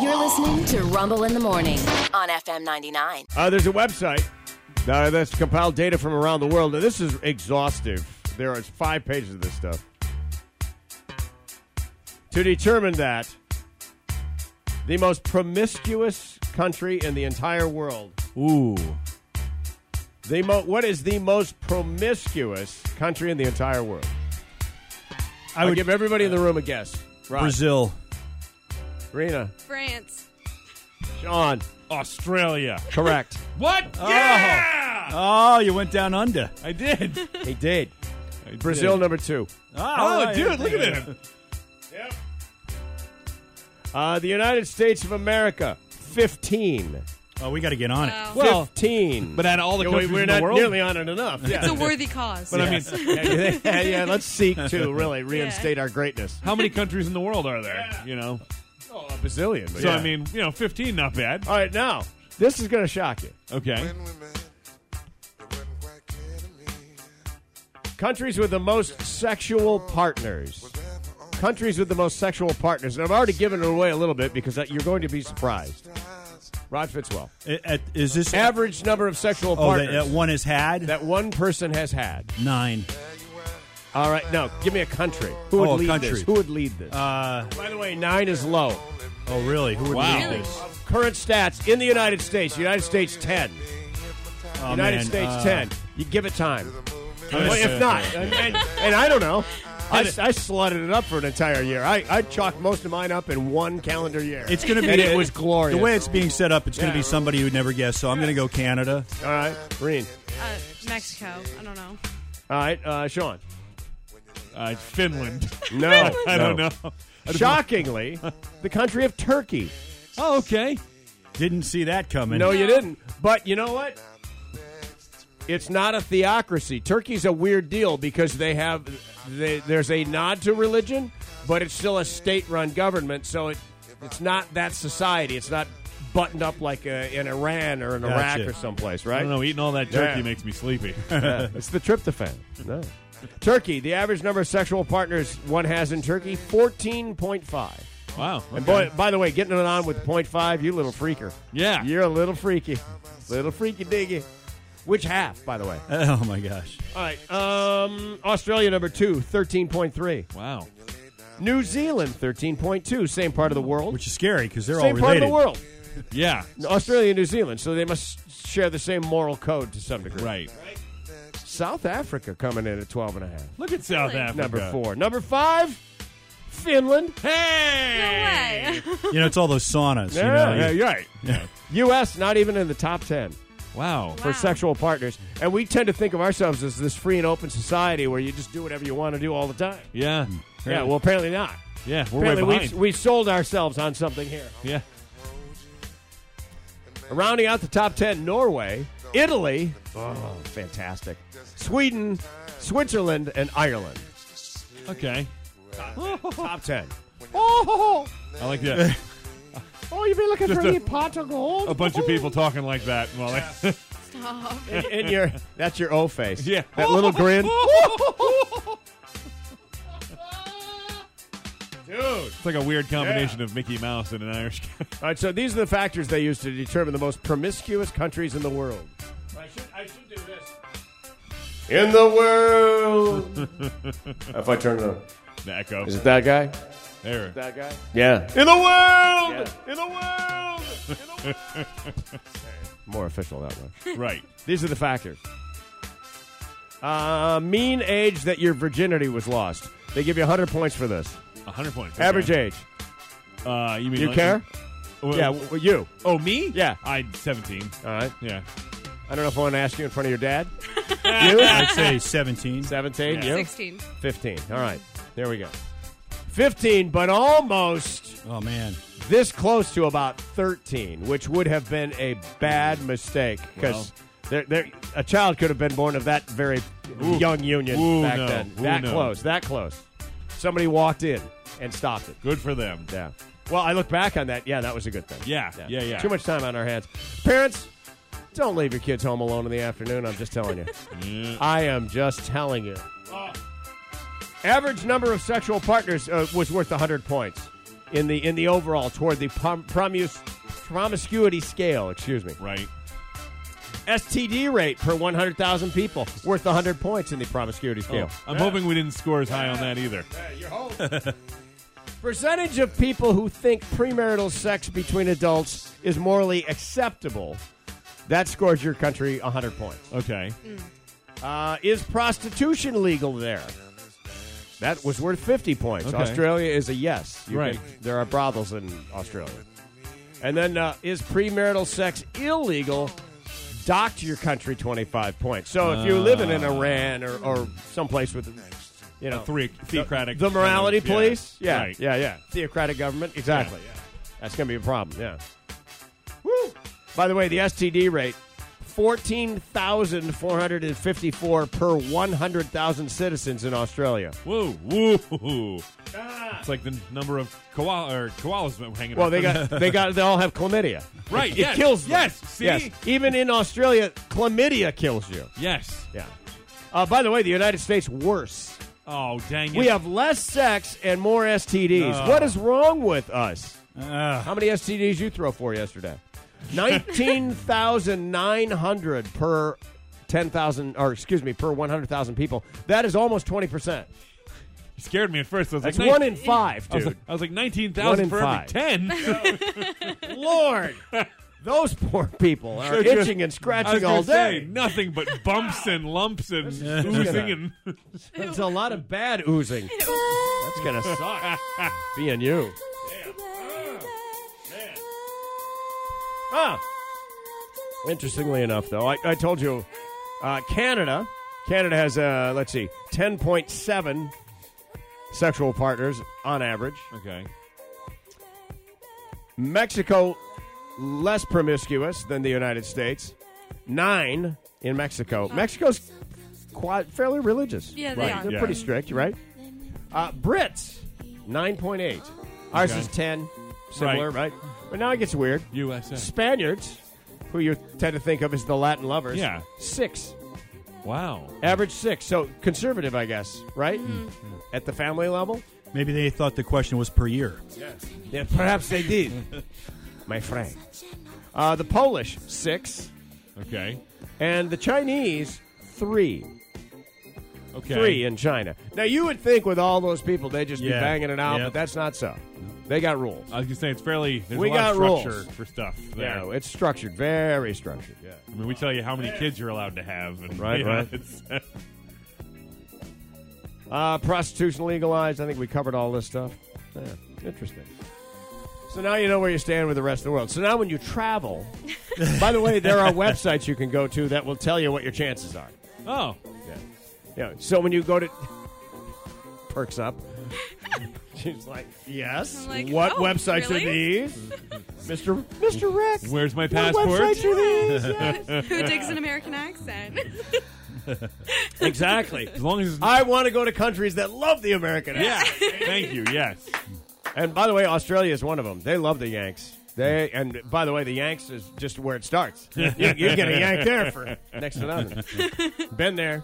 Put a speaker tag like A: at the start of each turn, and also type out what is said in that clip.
A: You're listening to Rumble in the Morning on FM 99.
B: Uh, there's a website uh, that's compiled data from around the world. Now, this is exhaustive. There are five pages of this stuff. To determine that the most promiscuous country in the entire world,
C: Ooh.
B: the mo- what is the most promiscuous country in the entire world? I
C: I
B: will
C: would
B: give everybody in the room a guess. Rod,
C: Brazil.
B: Rena,
D: France.
B: Sean,
E: Australia.
B: correct.
E: What? Yeah!
C: Oh, you went down under.
E: I did.
B: he did. Brazil number two.
E: Oh,
C: Ah, right.
E: dude, look at him.
B: Uh, the United States of America, 15.
C: Oh, we got to get on it.
D: Wow.
E: Well,
B: 15.
E: but out of all the
B: Yeah,
E: countries
B: we're
E: in the
B: not
E: world,
B: nearly on it enough.
D: It's
B: Yeah.
D: a worthy cause.
E: but I mean,
B: yeah, yeah, let's seek to really reinstate our greatness.
E: how many countries in the world are there? You know,
B: Oh, a bazillion.
E: so I mean, you know, fifteen, not bad.
B: all right, now, this is going to shock you.
E: Okay.
F: When we met, it wasn't quite clear to me.
B: Countries with the most sexual partners. Countries with the most sexual partners. And I've already given it away a little bit because that- you're going to be surprised. Rod Fitzwell.
C: I- at- Eh, Is this
B: Average number of sexual
C: Oh,
B: partners
C: that, that one has had
B: that one person has had.
C: nine.
B: All right, now give me a country. Who would
C: Oh, a
B: lead
C: country.
B: this? Who would lead this?
C: Uh,
B: By the way, nine is low.
C: oh, really? Who would
E: Wow.
C: lead
E: Really?
C: this?
B: Current stats in the United States. United States ten.
C: Oh,
B: United
C: man,
B: States
C: uh,
B: 10. You give it time.
C: gonna
B: Well,
C: say-
B: if not, and, and, and I don't know. I, I slutted it up for an entire year. I, I chalked most of mine up in one calendar year.
C: It's going to be.
B: And it was glorious.
C: The way it's being set up, it's going
B: Yeah.
C: to be somebody you'd never guess. So I'm going to go Canada.
B: All right, Green.
D: uh, Mexico. I don't know.
B: All right, uh, Sean.
E: Uh, Finland.
B: No,
E: I don't know.
B: Shockingly, the country of Turkey.
E: Oh, okay.
C: Didn't see that coming.
B: No, you didn't. But you know what? It's not a theocracy. Turkey's a weird deal because they have they, there's a nod to religion, but it's still a state-run government, so it it's not that society. It's not buttoned up like uh in Iran or in
C: Gotcha.
B: Iraq or someplace,
E: I
B: right?
E: don't know. Eating all that turkey
B: Yeah.
E: makes me sleepy.
B: Yeah, it's the tryptophan. No. Turkey, the average number of sexual partners one has in Turkey, 14.5.
E: wow.
B: And boy, by the way, getting it on with 0.5, you little freaker.
E: Yeah.
B: You're a little freaky. Little freaky diggy. Which half, by the way?
C: Oh my gosh.
B: All right. Um, Australia, number two, 13.3.
E: Wow.
B: New Zealand, 13.2. Same part of the world.
C: Which is scary because they're all
B: same
C: related.
B: part of the world.
E: Yeah.
B: Australia and New Zealand, so they must share the same moral code to some degree.
E: Right.
B: South Africa coming in at 12 and a half.
E: Look at South Africa.
B: Number four. Number five, Finland.
E: Hey.
D: No way.
C: You know, it's all those saunas. you
B: Yeah,
C: know, you-
B: yeah, you're right. U.S., not even in the top 10.
E: Wow.
B: for sexual partners. And we tend to think of ourselves as this free and open society where you just do whatever you want to do all the time.
C: Hmm.
E: Yeah.
B: Yeah, well, apparently not.
E: Yeah. We're way
B: Apparently,
E: behind.
B: we, we sold ourselves on something here.
E: yeah.
B: Rounding out the top 10, Norway, Italy, oh, fantastic, Sweden, Switzerland, and Ireland.
E: Okay.
B: Top 10.
E: I like that.
B: Oh, you be looking
E: Just
B: for
E: a-
B: any pot of gold?
E: A bunch of people talking like that. Well, like,
D: Stop.
B: in, in your, that's your O face.
E: yeah.
B: That little grin. Dude.
E: It's like a weird combination of Mickey Mouse and an Irish guy.
B: All right, so these are the factors they use to determine the most promiscuous countries in the world. I should, I should do this. In the world. if I turn it on.
E: The echo.
B: Is it that guy?
E: There.
B: That guy? Yeah.
E: In the world!
B: Yeah.
E: In the world!
B: More official that way.
E: right.
B: These are the factors. Uh, mean age that your virginity was lost. They give you 100 points for this.
E: 100 points.
B: Average
E: okay.
B: age.
E: Uh, you mean
B: You
E: like-
B: care?
E: Well,
B: Yeah, w- you.
E: Oh, me?
B: Yeah.
E: I 17.
B: All right.
E: Yeah.
B: I don't know if I want to ask you in front of your dad.
C: I'd say 17.
B: 17,
E: Yeah.
B: you?
D: 16.
B: 15. All right. There we go. 15, but almost
C: Oh man.
B: this close to about 13, which would have been a bad mistake because a child could have been born of that very
E: Ooh.
B: young union
E: Ooh,
B: back
E: no.
B: then.
E: Ooh,
B: that
E: no.
B: close, that close. Somebody walked in and stopped it.
E: Good for them.
B: Yeah. Well, I look back on that. Yeah, that was a good thing.
E: Yeah, yeah, yeah.
B: Too much time on our hands. Parents, don't leave your kids home alone in the afternoon. I'm just telling you. I am just telling you. Average number of sexual partners uh, was worth 100 points. in the in the overall toward the prom- promus- promiscuity scale. Excuse me.
E: Right.
B: STD rate per 100,000 people worth 100 points in the promiscuity scale.
E: Oh, I'm hoping we didn't score as high on that either.
B: Percentage of people who think premarital sex between adults is morally acceptable. That scores your country 100 points.
E: Okay.
B: Uh, is prostitution legal there? That was worth 50 points.
E: Okay.
B: Australia is a yes. You
E: Right.
B: can- there are brothels in Australia. And then uh, is premarital sex illegal? Docked your country 25 points. So if you're living
E: Ah.
B: in Iran or, or someplace with, you know,
E: Three theocratic.
B: the morality
E: kind of-
B: police? Yeah.
E: Right.
B: Yeah, yeah. Theocratic government? Exactly.
E: Yeah.
B: That's going to be a problem, yeah. Woo! By the way, the STD rate 14,454 per 100,000 citizens in Australia.
E: Whoa, whoa. It's like the number of koala or koalas that were hanging
B: Well,
E: out.
B: they got they got they all have chlamydia.
E: Right,
B: It,
E: yes,
B: it kills them.
E: yes, see?
B: Yes. Even in Australia, chlamydia kills you.
E: Yes.
B: Yeah. Uh, by the way, the United States worse.
E: Oh, dang it.
B: We have less sex and more STDs. What is wrong with us?
C: Ah,
B: How many STDs you throw for yesterday? Nineteen thousand nine hundred per ten thousand, or excuse me, per one hundred thousand people. That is almost twenty percent.
E: It scared me at first. I was
B: That's
E: like,
B: one
E: "Nin-"
B: in five,
E: I was
B: dude.
E: like, I was like
B: One
E: 19,000
B: in
E: for
B: five.
E: every 10.
B: Lord, those poor people are
E: They're
B: itching and
E: I was
B: scratching
E: gonna
B: all
E: say,
B: day.
E: nothing but bumps and lumps and
B: is
E: oozing and
B: It's a lot of bad oozing. That's gonna suck. Being you. Ah. Interestingly enough, though, I, I told you, uh, Canada, Canada has uh, let's see, ten point seven sexual partners on average.
E: Okay.
B: Mexico less promiscuous than the United States, nine in Mexico. Mexico's quite fairly religious.
D: Yeah, they
B: right?
D: are.
B: They're
E: yeah.
B: pretty strict, right? Uh, Brits, nine point eight. Ours
E: Okay.
B: is ten, similar, right. But now it gets weird.
E: USA.
B: Spaniards, who you tend to think of as the Latin lovers,
E: Yeah.
B: six.
E: Wow.
B: Average six. So conservative, I guess, right?
D: Mm-hmm.
B: At the family level?
C: maybe they thought the question was per year.
B: Yeah, perhaps they did. My friend. Uh, the Polish, six.
E: Okay.
B: And the Chinese, three.
E: Okay.
B: Three in China. Now, you would think with all those people, they'd just be
C: Yeah.
B: banging it out,
C: Yep.
B: but that's not so. They got rules.
E: I was gonna say it's fairly. There's
B: We
E: a lot
B: got
E: of structure
B: rules.
E: for stuff. Uh, There.
B: Yeah, it's structured, very structured. Yeah.
E: I mean, we tell you how many kids you're allowed to have, and
B: Right,
E: you
B: right.
E: it's-
B: Uh, prostitution legalized. I think we covered all this stuff. Yeah, interesting. So now you know where you stand with the rest of the world. So now when you travel, by the way, there are websites you can go to that will tell you what your chances are.
E: oh,
B: Yeah. yeah. So when you go to perks up, she's like, "Yes.
D: I'm like,
B: what
D: "Oh,
B: websites
D: really?"
B: are these, Mister Mister Rex?
E: where's my
B: What
E: passport?
B: websites are these?
D: Who digs an American accent?
B: exactly.
E: As long as it's
B: I want to go to countries that love the American.
E: yeah. Thank you. Yes.
B: And by the way, Australia is one of them. They love the Yanks. They and by the way, the Yanks is just where it starts. you, you get a Yank there for next to nothing. Been there.